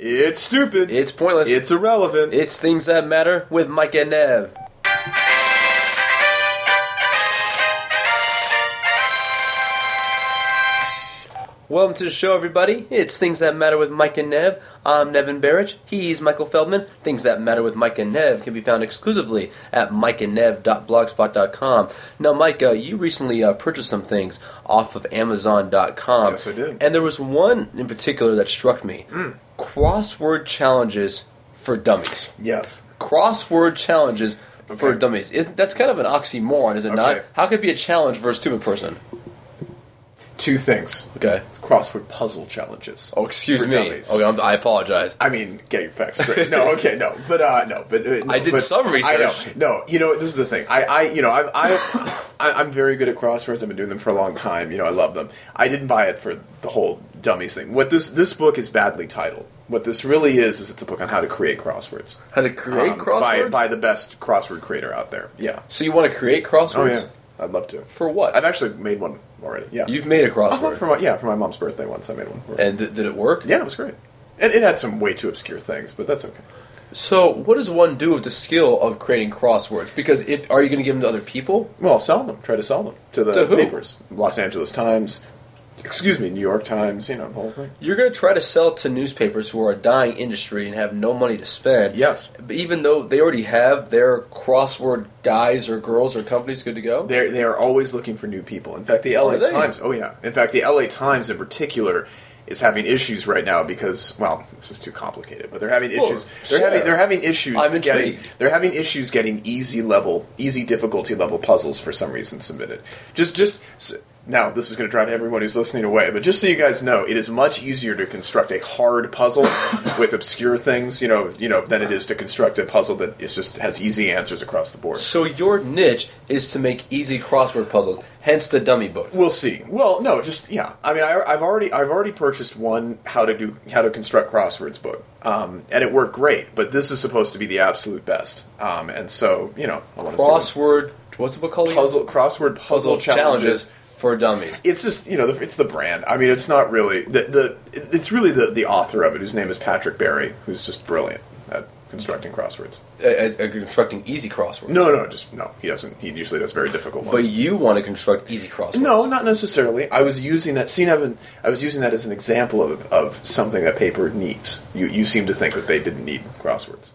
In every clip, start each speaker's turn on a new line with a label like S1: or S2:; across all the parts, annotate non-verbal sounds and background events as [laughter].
S1: It's stupid.
S2: It's pointless.
S1: It's irrelevant.
S2: It's things that matter with Mike and Nev. Welcome to the show, everybody. It's Things That Matter with Mike and Nev. I'm Nevin Barrich. He's Michael Feldman. Things That Matter with Mike and Nev can be found exclusively at mikeandnev.blogspot.com. Now, Mike, uh, you recently uh, purchased some things off of Amazon.com.
S1: Yes, I did. Hmm.
S2: And there was one in particular that struck me crossword challenges for dummies.
S1: yes.
S2: Crossword challenges for
S1: Okay.
S2: dummies. Isn't, that's kind of an oxymoron, is it not?
S1: Okay.
S2: How could it be a challenge for a stupid person?
S1: Two things.
S2: Okay.
S1: It's crossword puzzle challenges.
S2: Oh, excuse
S1: For
S2: me.
S1: dummies.
S2: Okay, I'm, I apologize.
S1: I mean, get your facts straight.
S2: [laughs]
S1: No, okay, no, but uh, no, but uh, no,
S2: I did
S1: but-
S2: some
S1: I know.
S2: research.
S1: No, you know, this is the thing. I, I you know, I'm,
S2: [coughs]
S1: I, I, I'm very good at crosswords. I've been doing them for a long time. You know, I love them. I didn't buy it for the whole dummies thing. What this this book is badly titled. What this really is is it's a book on how to create crosswords.
S2: How to create
S1: Um, by
S2: crosswords?
S1: by the best crossword creator out there. Yeah.
S2: so you want to create crosswords?
S1: Oh yeah. I'd love to.
S2: For what?
S1: I've actually made one already. Yeah.
S2: You've made a
S1: Uh-huh,
S2: crossword.
S1: for my, yeah for my mom's birthday once I made one.
S2: and th- did it work?
S1: yeah, it was great. It, it had some way too obscure things, but that's okay.
S2: So what does one do with the skill of creating crosswords? Because if are you going to give them to other people?
S1: Well, sell them. Try to sell them to the
S2: To who?
S1: papers. Los Angeles Times. Excuse me, New York Times. You know the whole thing.
S2: You're going to try to sell to newspapers who are a dying industry and have no money to spend.
S1: Yes.
S2: But even though they already have their crossword guys or girls or companies good to go.
S1: They they are always looking for new people. In fact, the LA
S2: Are they?
S1: Times. Oh yeah. In fact, the LA Times in particular is having issues right now because well, this is too complicated. But they're having
S2: Sure,
S1: issues. They're having
S2: sure.
S1: they're having issues.
S2: I'm
S1: getting,
S2: intrigued.
S1: They're having issues getting easy level, easy difficulty level puzzles for some reason submitted. Just just. s now, this is going to drive everyone who's listening away, but just so you guys know, it is much easier to construct a hard puzzle with obscure things, you know, you know, than it is to construct a puzzle that is just has easy answers across the board.
S2: So your niche is to make easy crossword puzzles, hence the dummy book.
S1: We'll see. Well, no, just yeah. I mean, I, I've already I've already purchased one how to do how to construct crosswords book, um, and it worked great. But this is supposed to be the absolute best, um, and so you know, I want to
S2: Crossword. What's the book called? again?
S1: puzzle crossword puzzle, challenges.
S2: for dummies.
S1: It's just you know the, it's the brand. I mean, it's not really the the it's really the the author of it, whose name is Patrick Barry, who's just brilliant at constructing crosswords.
S2: Uh, uh, constructing easy crosswords.
S1: No, no, just no. He doesn't. He usually does very difficult ones.
S2: But you want to construct easy crosswords.
S1: No, not necessarily. I was using that. See, Evan, I was using that as an example of, of something that paper needs. You you seem to think that they didn't need crosswords.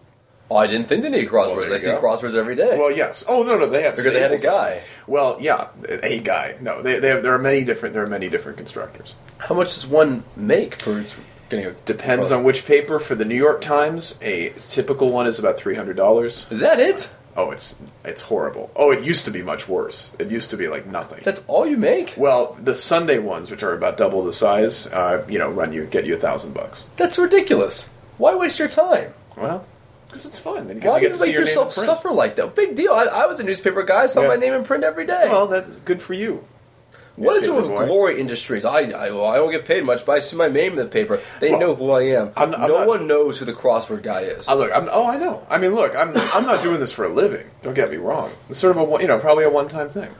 S2: Oh, I didn't think they needed crosswords.
S1: Well, there
S2: I
S1: you
S2: see
S1: go.
S2: crosswords every day.
S1: Well, yes. Oh no, no, they have
S2: Because they had a
S1: staples.
S2: guy.
S1: Well, yeah, a guy. No, they, they have, there are many different there are many different constructors.
S2: How much does one make for its- getting a
S1: Depends on which paper. For the New York Times, a typical one is about three hundred dollars.
S2: Is that it?
S1: Oh, it's it's horrible. Oh, it used to be much worse. It used to be like nothing.
S2: That's all you make?
S1: well, the Sunday ones, which are about double the size, uh, you know, run you get you a thousand bucks.
S2: That's ridiculous. Why waste your time?
S1: Well, because it's fun. And 'cause
S2: Why
S1: you get
S2: do you
S1: to see
S2: make
S1: your
S2: yourself
S1: name in print.
S2: suffer like that? Big deal. I, I was a newspaper guy. I saw
S1: Yeah.
S2: my name in print every day.
S1: Well, that's good for you.
S2: what is it
S1: newspaper
S2: with
S1: boy.
S2: Glory Industries? I I, well, I don't get paid much, but I see my name in the paper. They
S1: Well,
S2: know who I am.
S1: I'm- I'm
S2: no
S1: not-
S2: one knows who the crossword guy is.
S1: I look. I'm, oh, I know. I mean, look. I'm. I'm not doing this for a living. Don't get me wrong. It's sort of a one- you know probably a one time thing.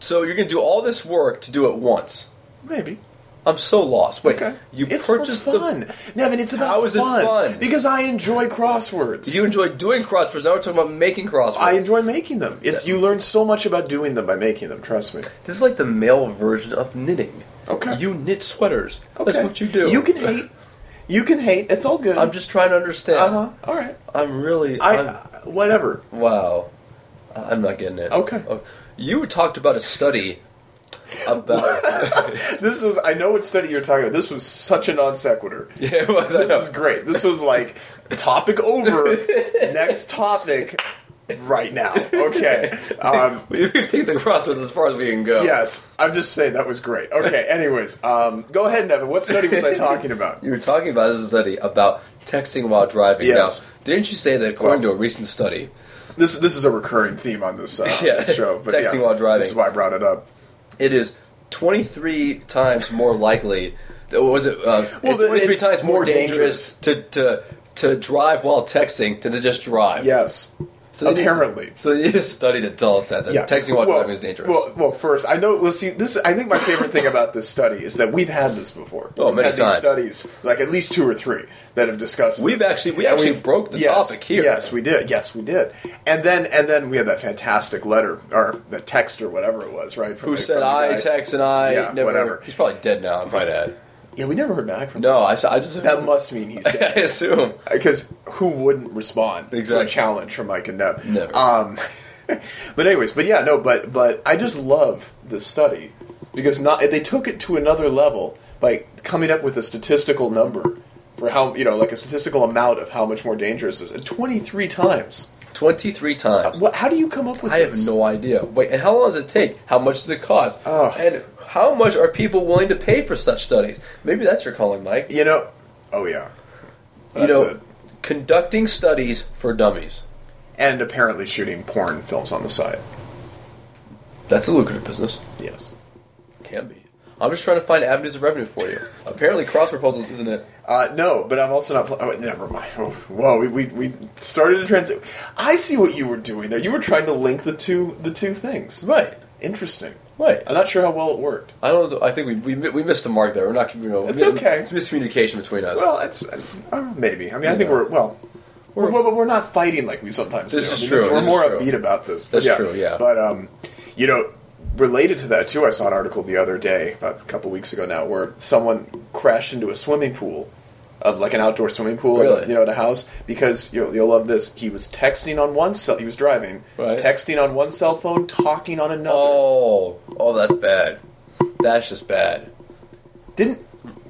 S2: so you're going to do all this work to do it once.
S1: Maybe.
S2: I'm so lost. Wait,
S1: Okay.
S2: you
S1: it's
S2: purchased
S1: for
S2: the
S1: fun, Nevin. It's about
S2: How is it fun?
S1: Because I enjoy crosswords.
S2: You enjoy doing crosswords. Now we're talking about making crosswords.
S1: I enjoy making them. It's you learn so much about doing them by making them. Trust me.
S2: this is like the male version of knitting.
S1: Okay.
S2: You knit sweaters. That's
S1: Okay.
S2: what you do.
S1: You can hate. You can hate. It's all good.
S2: I'm just trying to understand.
S1: Uh huh. All right.
S2: I'm really.
S1: I.
S2: I'm,
S1: whatever.
S2: wow. I- I'm not getting it.
S1: Okay.
S2: Oh, You talked about a study about.
S1: This was. I know what study you're talking about. This was such a non sequitur.
S2: [laughs] yeah, well, I know.
S1: This is great. This was like topic
S2: [laughs]
S1: over. Next topic, right now. Okay. Um,
S2: we we take the crosswords as far as we can go.
S1: yes, I'm just saying that was great. Okay. Anyways, um, go ahead, Nevin. What study was I talking about?
S2: [laughs] You were talking about this study about texting while driving.
S1: Yes.
S2: Now, didn't you say that according
S1: Well-
S2: to a recent study,
S1: This this is a recurring theme on this, uh,
S2: Yeah.
S1: this show. But
S2: Texting
S1: yeah,
S2: while driving.
S1: This is why I brought it up.
S2: it is 23 times more likely. What was it? Uh, it's
S1: then
S2: 23
S1: it's
S2: times more
S1: more
S2: dangerous, to, to to drive while texting than to just drive.
S1: Yes.
S2: So they did-
S1: Apparently.
S2: so they did a study that tells us that, that Uh, texting while
S1: well,
S2: driving is dangerous.
S1: Well, well, first, I know. Well, see, this. I think my favorite thing about this study is that we've had this before.
S2: Oh,
S1: We've
S2: many
S1: had
S2: times.
S1: These studies, like at least two or three, that have discussed.
S2: We've
S1: this.
S2: actually- we
S1: And
S2: actually
S1: we've-
S2: broke the
S1: yes,
S2: topic here.
S1: Yes, we did. Yes, we did. And then, and then we had that fantastic letter or the text or whatever it was, right? from
S2: Who
S1: the-
S2: said
S1: from the
S2: I
S1: guy.
S2: text and I
S1: Yeah,
S2: never?
S1: whatever.
S2: He's probably dead now. I might add.
S1: Yeah, we never heard back from.
S2: No, I, s- I just
S1: that must mean he's
S2: [laughs] I
S1: dead.
S2: assume.
S1: because who wouldn't respond to
S2: Exactly.
S1: a challenge from Mike and Neb?
S2: Never.
S1: Um, [laughs] but anyways, but yeah, no, but but I just love this study because not they took it to another level by coming up with a statistical number for how you know like a statistical amount of how much more dangerous it is and 23 times.
S2: Twenty-three times.
S1: What? How do you come up with?
S2: I have
S1: this?
S2: no idea. Wait, and how long does it take? How much does it cost?
S1: Ugh.
S2: And how much are people willing to pay for such studies? Maybe that's your calling, Mike.
S1: You know. Oh yeah.
S2: you
S1: That's
S2: know,
S1: it.
S2: conducting studies for dummies.
S1: And apparently shooting porn films on the side.
S2: That's a lucrative business.
S1: Yes.
S2: Can be. I'm just trying to find avenues of revenue for you. [laughs] Apparently, cross proposals isn't it?
S1: Uh, no, but I'm also not. Pl- oh, never mind. Oh, whoa, we, we, we started a transit. I see what you were doing there. You were trying to link the two the two things.
S2: Right.
S1: Interesting.
S2: Right.
S1: I'm not sure how well it worked.
S2: I don't. know. I think we, we mi- we missed the mark there. We're not. You know,
S1: It's
S2: mi-
S1: okay.
S2: It's miscommunication between us.
S1: Well, it's uh, maybe. I mean, I think
S2: Yeah.
S1: we're well. We're,
S2: We're-
S1: well, but we're not fighting like we sometimes
S2: This
S1: do. I
S2: is
S1: mean,
S2: true.
S1: we're
S2: This is
S1: more
S2: true.
S1: upbeat about this.
S2: That's
S1: But
S2: true, yeah.
S1: But um, you know, related to that too, I saw an article the other day, about a couple weeks ago now, where someone crashed into a swimming pool, of like an outdoor swimming pool,
S2: Really?
S1: you know, at a house because you'll, you'll love this. He was texting on one cell. He was driving,
S2: Right.
S1: texting on one cell phone, talking on another.
S2: oh, oh, that's bad. That's just bad.
S1: Didn't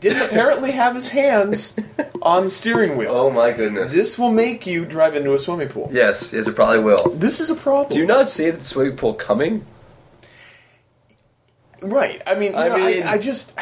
S1: didn't apparently have his
S2: [laughs]
S1: hands on the steering wheel.
S2: Oh my goodness.
S1: This will make you drive into a swimming pool.
S2: Yes, yes, it probably will.
S1: This is a problem.
S2: Do you not see the swimming pool coming?
S1: Right. I mean, you
S2: I
S1: know, I,
S2: mean-
S1: I just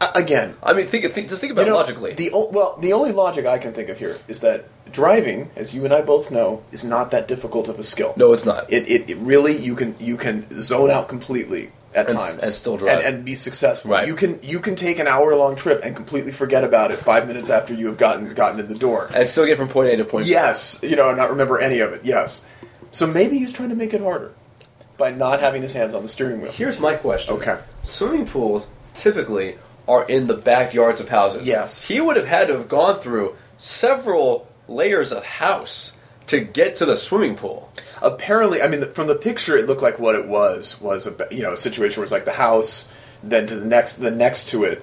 S1: I- again,
S2: I mean, think, think just think about
S1: you
S2: it
S1: know,
S2: logically.
S1: The o- well, the only logic I can think of here is that driving, as you and I both know, is not that difficult of a skill.
S2: no, it's not.
S1: It, it, it really you can you can zone out completely at
S2: And s-
S1: times
S2: and still drive.
S1: and, and be successful.
S2: Right.
S1: You can you can take an hour long trip and completely forget about it five minutes after you have gotten gotten in the door.
S2: and still get from point A to point B.
S1: Yes, you know, not remember any of it. Yes, so maybe he's trying to make it harder by not having his hands on the steering wheel.
S2: Here's my question.
S1: Okay.
S2: Swimming pools typically are in the backyards of houses.
S1: Yes.
S2: He would have had to have gone through several layers of house to get to the swimming pool.
S1: apparently i mean the- from the picture it looked like what it was was a ba- you know a situation where it's like the house then to the next the next to it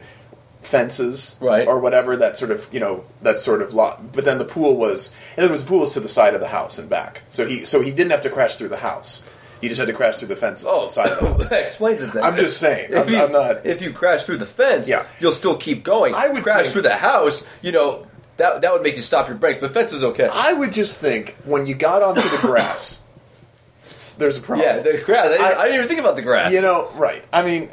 S1: fences
S2: Right.
S1: or whatever that sort of you know that sort of lot but then the pool was and it was the pool was to the side of the house and back so he so he didn't have to crash through the house he just had to crash through the fences on the Oh,
S2: [laughs]
S1: side of the house
S2: that explains it. Then.
S1: I'm just saying,
S2: If
S1: I'm-
S2: you,
S1: I'm not-
S2: If you crash through the fence,
S1: Yeah.
S2: you'll still keep going.
S1: I would
S2: crash
S1: think-
S2: through the house. You know that that would make you stop your brakes, but fence is okay.
S1: i would just think when you got onto the grass [coughs] it's- there's a problem
S2: yeah, the grass. I didn't, I,
S1: I-
S2: didn't even think about the grass.
S1: You know, right? I mean,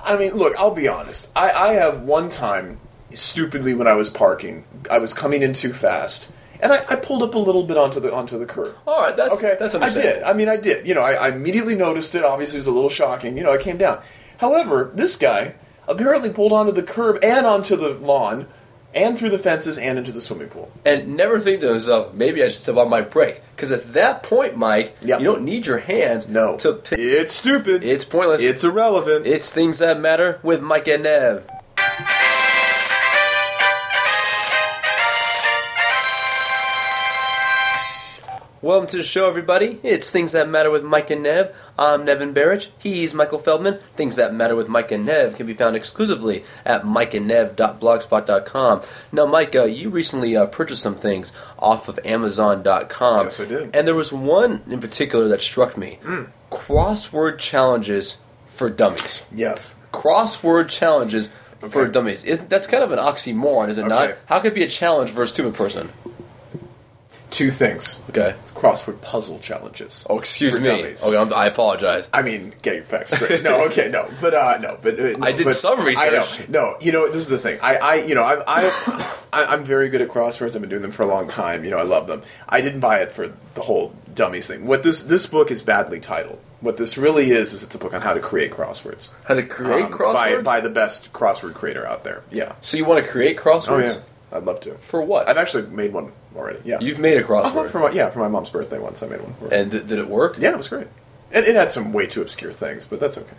S1: I mean, look. I'll be honest. I, I have one time, stupidly, when I was parking, I was coming in too fast, and I, I pulled up a little bit onto the onto the curb.
S2: All right, Oh, that's
S1: Okay,
S2: that's
S1: I
S2: understandable.
S1: did. I mean, I did. You know, I, I immediately noticed it. Obviously, it was a little shocking. You know, I came down. However, this guy apparently pulled onto the curb and onto the lawn, and through the fences and into the swimming pool.
S2: and never think to himself, maybe I should step on my brake. Because at that point, Mike,
S1: Yeah.
S2: you don't need your hands
S1: No,
S2: to pick.
S1: it's stupid.
S2: It's pointless.
S1: it's irrelevant.
S2: It's Things That Matter with Mike and Nev. Welcome to the show, everybody. It's Things That Matter with Mike and Nev. I'm Nevin Barrich. He's Michael Feldman. Things That Matter with Mike and Nev can be found exclusively at mikeandnev.blogspot.com. Now, Mike, uh, you recently uh, purchased some things off of Amazon.com.
S1: Yes, I did. Hmm.
S2: And there was one in particular that struck me crossword challenges for dummies
S1: yes.
S2: crossword challenges for
S1: Okay.
S2: dummies. Isn't that's kind of an oxymoron, is it not?
S1: Okay.
S2: How could it be a challenge for a stupid person?
S1: Two things.
S2: Okay.
S1: It's crossword puzzle challenges.
S2: Oh, excuse
S1: For
S2: me.
S1: dummies.
S2: Okay, I'm, I apologize.
S1: I mean, get your facts straight. No, okay, no, but uh, no, but uh, no,
S2: I did
S1: but-
S2: some research.
S1: I know. No, you know, this is the thing. I, I you know, I, I, [coughs] I, I'm very good at crosswords. I've been doing them for a long time. You know, I love them. I didn't buy it for the whole dummies thing. What this this book is badly titled. What this really is is it's a book on how to create crosswords.
S2: How to create
S1: Um,
S2: crosswords?
S1: by by the best crossword creator out there. Yeah.
S2: so you want to create crosswords?
S1: Oh yeah. I'd love to.
S2: For what?
S1: I've actually made one already. Yeah.
S2: You've made a
S1: Uh-huh,
S2: crossword.
S1: for my, yeah, for my mom's birthday once, I made one. for her.
S2: and th- did it work?
S1: yeah, it was great. It, it had some way too obscure things, but that's okay.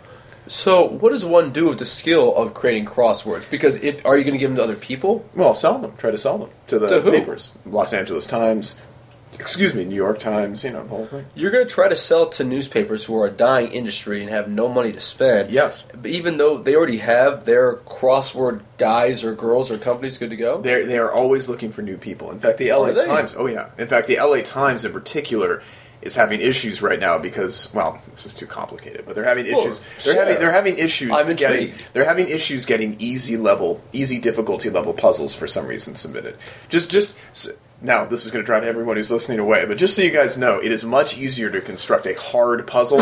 S2: So, what does one do with the skill of creating crosswords? Because if are you going to give them to other people?
S1: Well, I'll sell them. Try to sell them to the
S2: To who?
S1: papers, Los Angeles Times. Excuse me, New York Times. You know the whole thing.
S2: You're going to try to sell to newspapers who are a dying industry and have no money to spend.
S1: Yes.
S2: But even though they already have their crossword guys or girls or companies good to go.
S1: They they are always looking for new people. In fact, the LA
S2: Are they?
S1: Times. Oh yeah. In fact, the LA Times in particular is having issues right now because well, this is too complicated, but they're having
S2: Well,
S1: issues. They're
S2: sure.
S1: having they're having issues
S2: I'm
S1: getting
S2: intrigued.
S1: they're having issues getting easy level easy difficulty level puzzles for some reason submitted. Just just s- now this is going to drive everyone who's listening away, but just so you guys know, it is much easier to construct a hard puzzle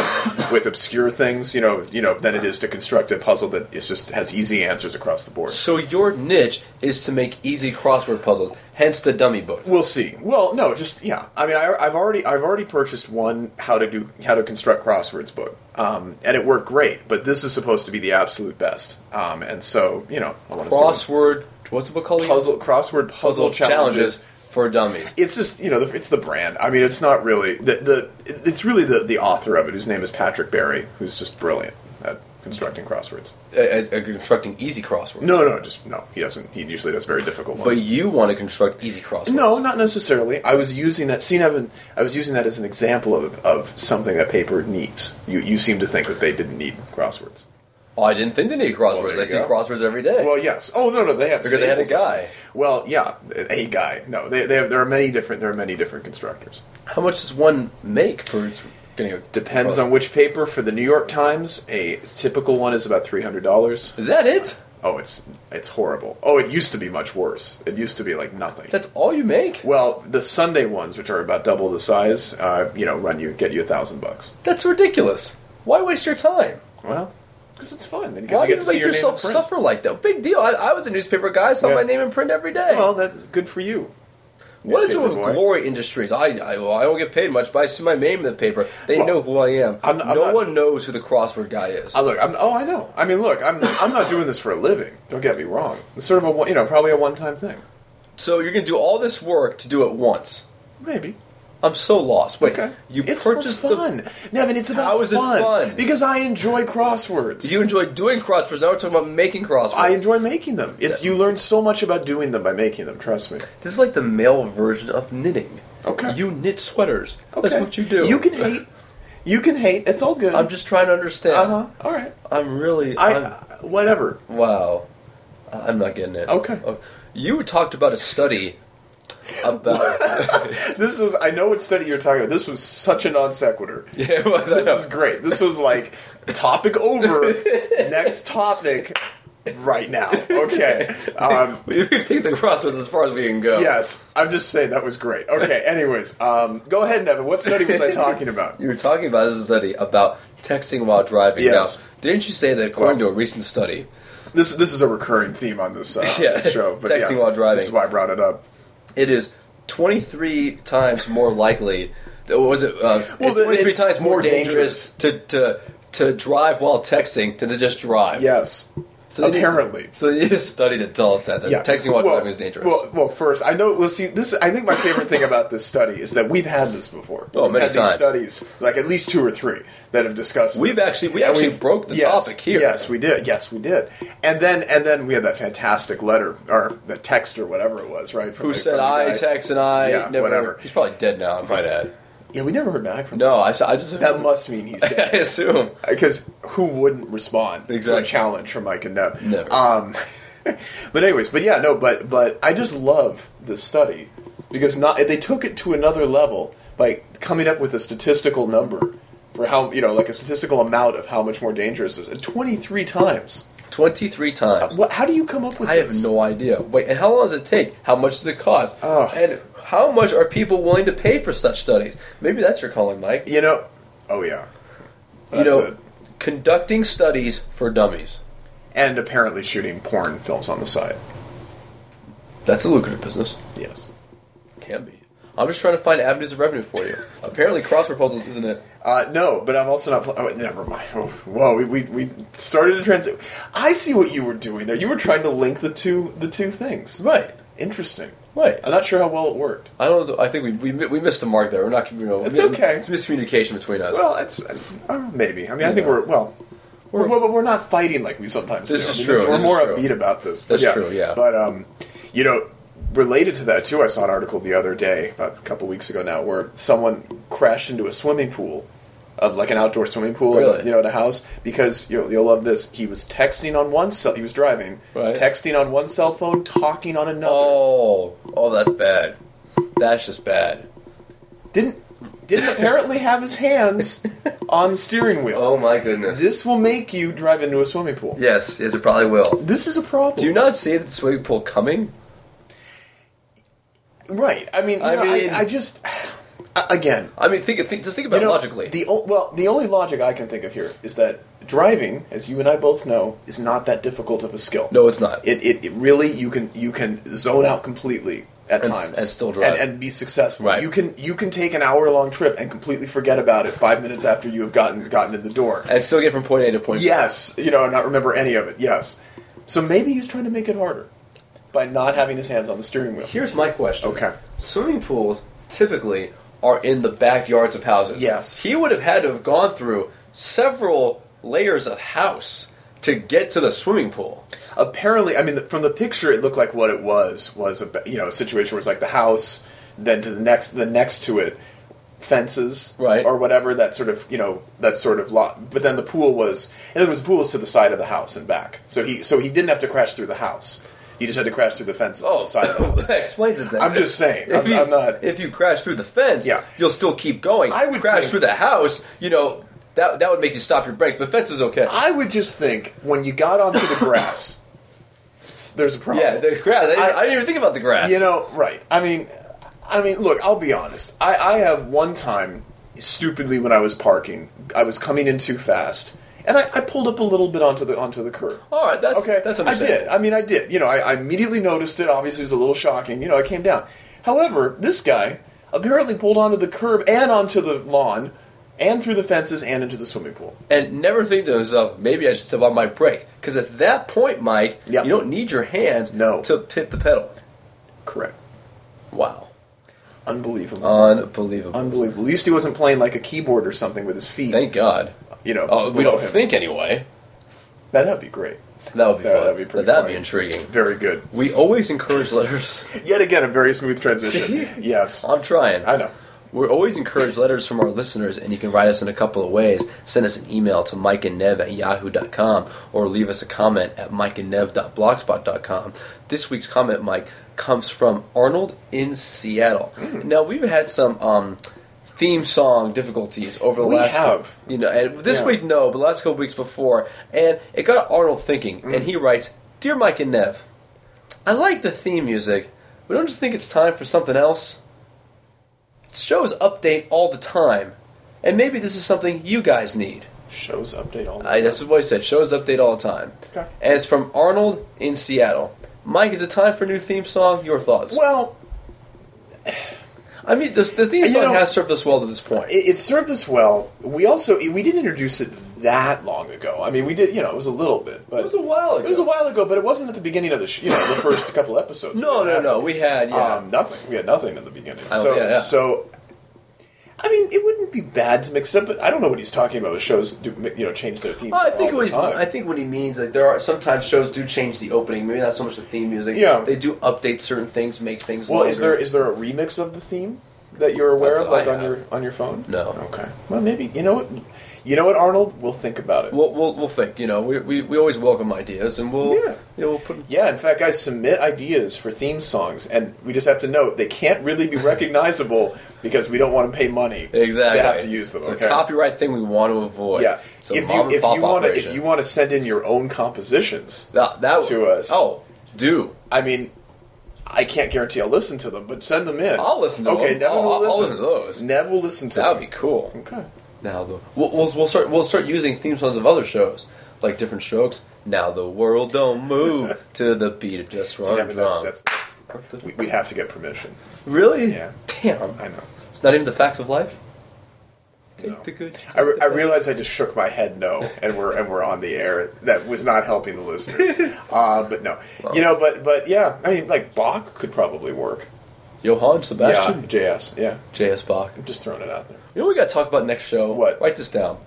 S1: with obscure things, you know, you know, than it is to construct a puzzle that is just has easy answers across the board.
S2: So your niche is to make easy crossword puzzles, hence the dummy book.
S1: We'll see. Well, no, just yeah. I mean, I, I've already I've already purchased one how to do how to construct crosswords book, um, and it worked great. But this is supposed to be the absolute best, um, and so you know, I want to see
S2: Crossword. What's the book called?
S1: what-
S2: again?
S1: puzzle crossword puzzle, challenges.
S2: for dummies.
S1: It's just you know the, it's the brand. I mean, it's not really the the it's really the the author of it, whose name is Patrick Barry, who's just brilliant at constructing crosswords.
S2: Uh, uh, constructing easy crosswords.
S1: No, no, just no. He doesn't. He usually does very difficult ones.
S2: But you want to construct easy crosswords.
S1: No, not necessarily. I was using that. See, Evan, I was using that as an example of, of something that paper needs. You you seem to think that they didn't need crosswords.
S2: Oh, I didn't think they needed
S1: Well,
S2: crosswords.
S1: there
S2: I
S1: you
S2: see
S1: go.
S2: crosswords every day.
S1: Well, yes. Oh no, no, they have
S2: Because they had a
S1: staples.
S2: guy.
S1: Well, yeah, a guy. No, they, they have. There are many different. There are many different constructors.
S2: How much does one make for getting a
S1: Depends
S2: Oh.
S1: on which paper. For the New York Times, a typical one is about three hundred dollars.
S2: Is that it?
S1: Oh, it's it's horrible. Oh, it used to be much worse. It used to be like nothing.
S2: That's all you make?
S1: well, the Sunday ones, which are about double the size, uh, you know, run you get you a thousand bucks.
S2: That's ridiculous. Why waste your time?
S1: Well, because it's fun. And 'cause
S2: Why
S1: you get
S2: do you
S1: to see
S2: make
S1: your name
S2: yourself
S1: in print.
S2: suffer like that? Big deal. I, I was a newspaper guy. I saw
S1: Yeah.
S2: my name in print every day.
S1: Well, that's good for you.
S2: what is it with
S1: newspaper boy.
S2: Glory Industries? I I, well, I don't get paid much, but I see my name in the paper. They
S1: Well,
S2: know who I am.
S1: I'm- I'm
S2: no
S1: not-
S2: one knows who the crossword guy is.
S1: I look. I'm, oh, I know. I mean, look. I'm. I'm not doing this for a living. Don't get me wrong. It's sort of a one- you know probably a one time thing.
S2: so you're going to do all this work to do it once.
S1: Maybe.
S2: I'm so lost. Wait,
S1: Okay.
S2: you
S1: it's
S2: purchased
S1: for
S2: the
S1: fun, Nevin. It's about
S2: How is it fun?
S1: Because I enjoy crosswords.
S2: You enjoy doing crosswords. Now we're talking about making crosswords.
S1: I enjoy making them. It's you learn so much about doing them by making them. Trust me.
S2: this is like the male version of knitting.
S1: Okay.
S2: You knit sweaters.
S1: Okay.
S2: That's what you do.
S1: You can hate. You can hate. It's all good.
S2: I'm just trying to understand.
S1: Uh huh. All right.
S2: I'm really.
S1: I.
S2: I'm,
S1: whatever.
S2: wow. I- I'm not getting it.
S1: Okay.
S2: Oh, You talked about a study [laughs] about.
S1: This was. I know what study you're talking about. This was such a non sequitur.
S2: yeah, well, I know.
S1: This is great. This was like topic over.
S2: [laughs]
S1: Next topic, right now. Okay. Um,
S2: We've taken the crosswords as far as we can go.
S1: yes, I'm just saying that was great. Okay. Anyways, um, go ahead, Nevin. What study was I talking about?
S2: [laughs] You were talking about this study about texting while driving.
S1: Yes.
S2: Now, didn't you say that according
S1: Well-
S2: to a recent study,
S1: This this is a recurring theme on this, uh,
S2: Yeah,
S1: this show. But
S2: texting
S1: yeah,
S2: while driving.
S1: This is why I brought it up.
S2: it is 23 times more likely. What was it? Uh,
S1: Well,
S2: it's
S1: then
S2: 23
S1: it's
S2: times more
S1: more
S2: dangerous, to, to to drive while texting than to just drive.
S1: Yes.
S2: So they
S1: apparently.
S2: Did, so they did a study to tell us that, that Uh, texting while
S1: well,
S2: driving is dangerous.
S1: Well, well, first, I know. Well, see, this. I think my favorite thing about this study is that we've had this before.
S2: Oh,
S1: We've
S2: many
S1: had
S2: times.
S1: These studies, like at least two or three, that have discussed.
S2: We've
S1: this.
S2: actually- we
S1: And
S2: actually
S1: we've-
S2: broke the
S1: yes,
S2: topic here.
S1: Yes, we did. Yes, we did. And then, and then we had that fantastic letter or the text or whatever it was, right? From
S2: Who
S1: the-
S2: said
S1: from the
S2: I
S1: guy.
S2: text and I
S1: Yeah,
S2: never?
S1: whatever.
S2: He's probably dead now. I might add.
S1: Yeah, we never heard back from.
S2: No, I, s- I just
S1: that must mean he's
S2: [laughs] I
S1: dead.
S2: assume.
S1: because who wouldn't respond to a
S2: Exactly.
S1: challenge from Mike and Nev?
S2: Never.
S1: Um, [laughs] but anyways, but yeah, no, but but I just love this study because not they took it to another level by coming up with a statistical number for how you know like a statistical amount of how much more dangerous it is twenty three times.
S2: Twenty three times.
S1: What? How do you come up with?
S2: I have
S1: this?
S2: no idea. Wait, and how long does it take? How much does it cost?
S1: Ugh.
S2: And how much are people willing to pay for such studies? Maybe that's your calling, Mike.
S1: You know. Oh yeah.
S2: you
S1: That's
S2: know,
S1: it.
S2: conducting studies for dummies.
S1: and apparently shooting porn films on the side.
S2: That's a lucrative business.
S1: Yes.
S2: Can be. I'm just trying to find avenues of revenue for you. Apparently, crossword puzzles isn't it?
S1: Uh, no, but I'm also not. Pl- oh, never mind. Oh, whoa, we, we, we started a transit. I see what you were doing there. You were trying to link the two the two things.
S2: Right.
S1: Interesting.
S2: Right.
S1: I'm not sure how well it worked.
S2: I don't. I think we we, mi- we missed the mark there. We're not. You know,
S1: It's okay.
S2: It's miscommunication between us.
S1: Well, it's uh, maybe. I mean, I think
S2: Yeah.
S1: we're well. We're,
S2: We're-
S1: well, but we're not fighting like we sometimes
S2: This
S1: do.
S2: is
S1: I mean,
S2: true,
S1: we're
S2: this is
S1: more
S2: true.
S1: upbeat about this.
S2: That's true, yeah.
S1: But um, you know, related to that too, I saw an article the other day, about a couple weeks ago now, where someone crashed into a swimming pool, of like an outdoor swimming pool,
S2: Really?
S1: you know, at a house because you know, you'll love this. He was texting on one cell. He was driving,
S2: Right.
S1: texting on one cell phone, talking on another.
S2: oh, oh, that's bad. That's just bad.
S1: Didn't didn't apparently have his
S2: [laughs]
S1: hands on the steering wheel.
S2: Oh my goodness.
S1: This will make you drive into a swimming pool.
S2: Yes, yes, it probably will.
S1: This is a problem.
S2: Do you not see the swimming pool coming?
S1: Right. I mean, you
S2: I
S1: know, I,
S2: mean-
S1: I just again,
S2: I mean, think, think just think about
S1: you know,
S2: it logically.
S1: The o- well, the only logic I can think of here is that driving, as you and I both know, is not that difficult of a skill.
S2: no, it's not.
S1: It, it, it really you can you can zone out completely at
S2: And s-
S1: times
S2: and still drive.
S1: and, and be successful.
S2: Right.
S1: You can you can take an hour long trip and completely forget about it five minutes after you have gotten gotten in the door.
S2: and still get from point A to point B.
S1: Yes, you know, and not remember any of it. Yes, so maybe he's trying to make it harder by not having his hands on the steering wheel.
S2: Here's my question.
S1: Okay.
S2: Swimming pools typically are in the backyards of houses.
S1: Yes.
S2: He would have had to have gone through several layers of house to get to the swimming pool.
S1: apparently i mean from the picture it looked like what it was was a you know a situation where it's like the house then to the next the next to it fences
S2: Right.
S1: or whatever that sort of you know that sort of lot but then the pool was in other words the pool was to the side of the house and back so he so he didn't have to crash through the house he just had to crash through the fence on the side of the
S2: [laughs]
S1: house
S2: [coughs] that explains it then.
S1: Oh, i'm just saying
S2: If
S1: I'm,
S2: you,
S1: I'm not
S2: if you crash through the fence,
S1: Yeah.
S2: you'll still keep going.
S1: I would
S2: crash
S1: think-
S2: through the house, you know, that that would make you stop your brakes, but fence is okay.
S1: i would just think when you got onto the grass it's- there's a problem
S2: yeah, the grass. I didn't,
S1: I-
S2: I didn't even think about the grass.
S1: You know, right. I mean, I mean, look, I'll be honest. I, I have one time, stupidly, when I was parking, I was coming in too fast, and I, I pulled up a little bit onto the onto the curb.
S2: All right, Oh, that's
S1: Okay,
S2: that's
S1: I
S2: understandable.
S1: did. I mean, I did. You know, I, I immediately noticed it. Obviously, it was a little shocking. You know, I came down. However, this guy apparently pulled onto the curb and onto the lawn, and through the fences and into the swimming pool.
S2: and never think to himself, maybe I should step on my brake. Because at that point, Mike,
S1: Yeah.
S2: you don't need your hands
S1: No.
S2: to hit the pedal.
S1: Correct.
S2: Wow.
S1: Unbelievable.
S2: Unbelievable.
S1: Unbelievable. At least he wasn't playing like a keyboard or something with his feet.
S2: Thank God.
S1: you know,
S2: Oh, we
S1: below
S2: don't
S1: him.
S2: think anyway.
S1: that would be great.
S2: That would be
S1: Yeah,
S2: fun.
S1: that'd be pretty
S2: That'd be
S1: funny.
S2: intriguing.
S1: Very good.
S2: We always encourage letters. [laughs]
S1: Yet again, a very smooth transition. yes.
S2: I'm trying.
S1: I know.
S2: We're always encourage letters from our listeners, and you can write us in a couple of ways. Send us an email to mikeandnev at yahoo.com or leave us a comment at mikeandnev.blogspot.com. This week's comment, Mike, comes from Arnold in Seattle.
S1: Hmm.
S2: Now, we've had some um, theme song difficulties over the
S1: We
S2: last
S1: have.
S2: you know, and this
S1: Yeah.
S2: week no, but last couple weeks before, and it got Arnold thinking,
S1: Mm.
S2: and he writes, "Dear Mike and Nev, I like the theme music, but don't you think it's time for something else? Shows update all the time, and maybe this is something you guys need."
S1: Shows update all the
S2: I,
S1: time.
S2: that's what he said. Shows update all the time,
S1: Okay.
S2: and it's from Arnold in Seattle. Mike, is it time for a new theme song? Your thoughts?
S1: Well,
S2: I mean, this, the theme
S1: You
S2: song
S1: know-
S2: has served us well to this point.
S1: it, it served us well. We also we didn't introduce it that long ago. I mean, we did. You know, it was a little bit, but
S2: It was a while
S1: It was a
S2: ago.
S1: while ago, but it wasn't at the beginning of the sh- you know the first couple episodes.
S2: no,
S1: we
S2: no,
S1: had.
S2: no. We had yeah.
S1: Um, nothing. We had nothing in the beginning.
S2: Oh,
S1: so
S2: yeah, yeah.
S1: so. I mean, it wouldn't be bad to mix it up, but I don't know what he's talking about. with Shows, do, you know, change their themes.
S2: Well, Oh, I think
S1: all
S2: what
S1: the
S2: he's,
S1: time.
S2: I think what he means like there are sometimes shows do change the opening, maybe not so much the theme music.
S1: Yeah.
S2: they do update certain things, make things.
S1: Well, is there
S2: longer.
S1: is there a remix of the theme that you're aware
S2: Not
S1: of,
S2: that
S1: like
S2: I
S1: on
S2: have.
S1: your on your phone?
S2: No.
S1: Okay. Well, maybe you know what, you know what, Arnold. We'll think about it.
S2: We'll, we'll, we'll think. You know, we, we, we always welcome ideas, and we'll
S1: Yeah.
S2: you know we'll put.
S1: yeah, in fact, guys, submit ideas for theme songs, and we just have to note they can't really be recognizable because we don't want to pay money.
S2: Exactly.
S1: to have to use them.
S2: It's a
S1: okay.
S2: copyright thing we want to avoid.
S1: yeah.
S2: It's a
S1: If
S2: mom
S1: you
S2: and
S1: if you
S2: pop
S1: want to if
S2: operation.
S1: you want to send in your own compositions,
S2: that, that
S1: to us.
S2: Oh, do
S1: I mean, I can't guarantee I'll listen to them, but send them in.
S2: I'll listen to
S1: okay,
S2: them.
S1: Nev
S2: I'll-
S1: will
S2: I'll- I'll
S1: listen.
S2: listen to those.
S1: Nev will listen to
S2: that would
S1: them.
S2: be cool.
S1: okay.
S2: Now the we'll, we'll, we'll start we'll start using theme songs of other shows like different strokes. Now the world don't move
S1: [laughs]
S2: to the beat of just one
S1: See, I mean, that's,
S2: drum.
S1: that's, we- we'd have to get permission.
S2: Really?
S1: Yeah.
S2: Damn.
S1: I know.
S2: It's not even the facts of life. Take
S1: No.
S2: the good.
S1: I, re-
S2: take the
S1: I
S2: bad.
S1: realize I just shook my head no, and we're and we're on the air. That was not helping the
S2: [laughs]
S1: listeners. Uh, but no, you know, but but yeah, I mean, like Bach could probably work.
S2: Johann Sebastian.
S1: Yeah, JS. Yeah,
S2: J.S. Bach.
S1: I'm just throwing it out there.
S2: You know what we got to talk about next show?
S1: What?
S2: Write this down.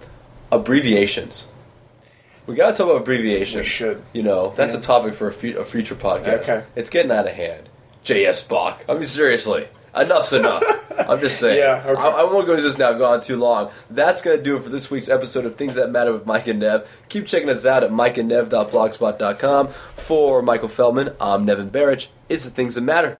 S2: Abbreviations. We got to talk about abbreviations.
S1: We should.
S2: You know, that's
S1: Yeah.
S2: a topic for a, fu- a future podcast.
S1: Okay.
S2: It's getting out of hand. J.S. Bach. I mean, seriously.
S1: [laughs]
S2: Enough's enough. I'm just saying.
S1: Yeah, okay.
S2: I, I won't go into this now. I've gone on too long. That's going to do it for this week's episode of Things That Matter with Mike and Nev. Keep checking us out at mikeandnev.blogspot.com. For Michael Feldman, I'm Nevin Barrich. It's the Things That Matter.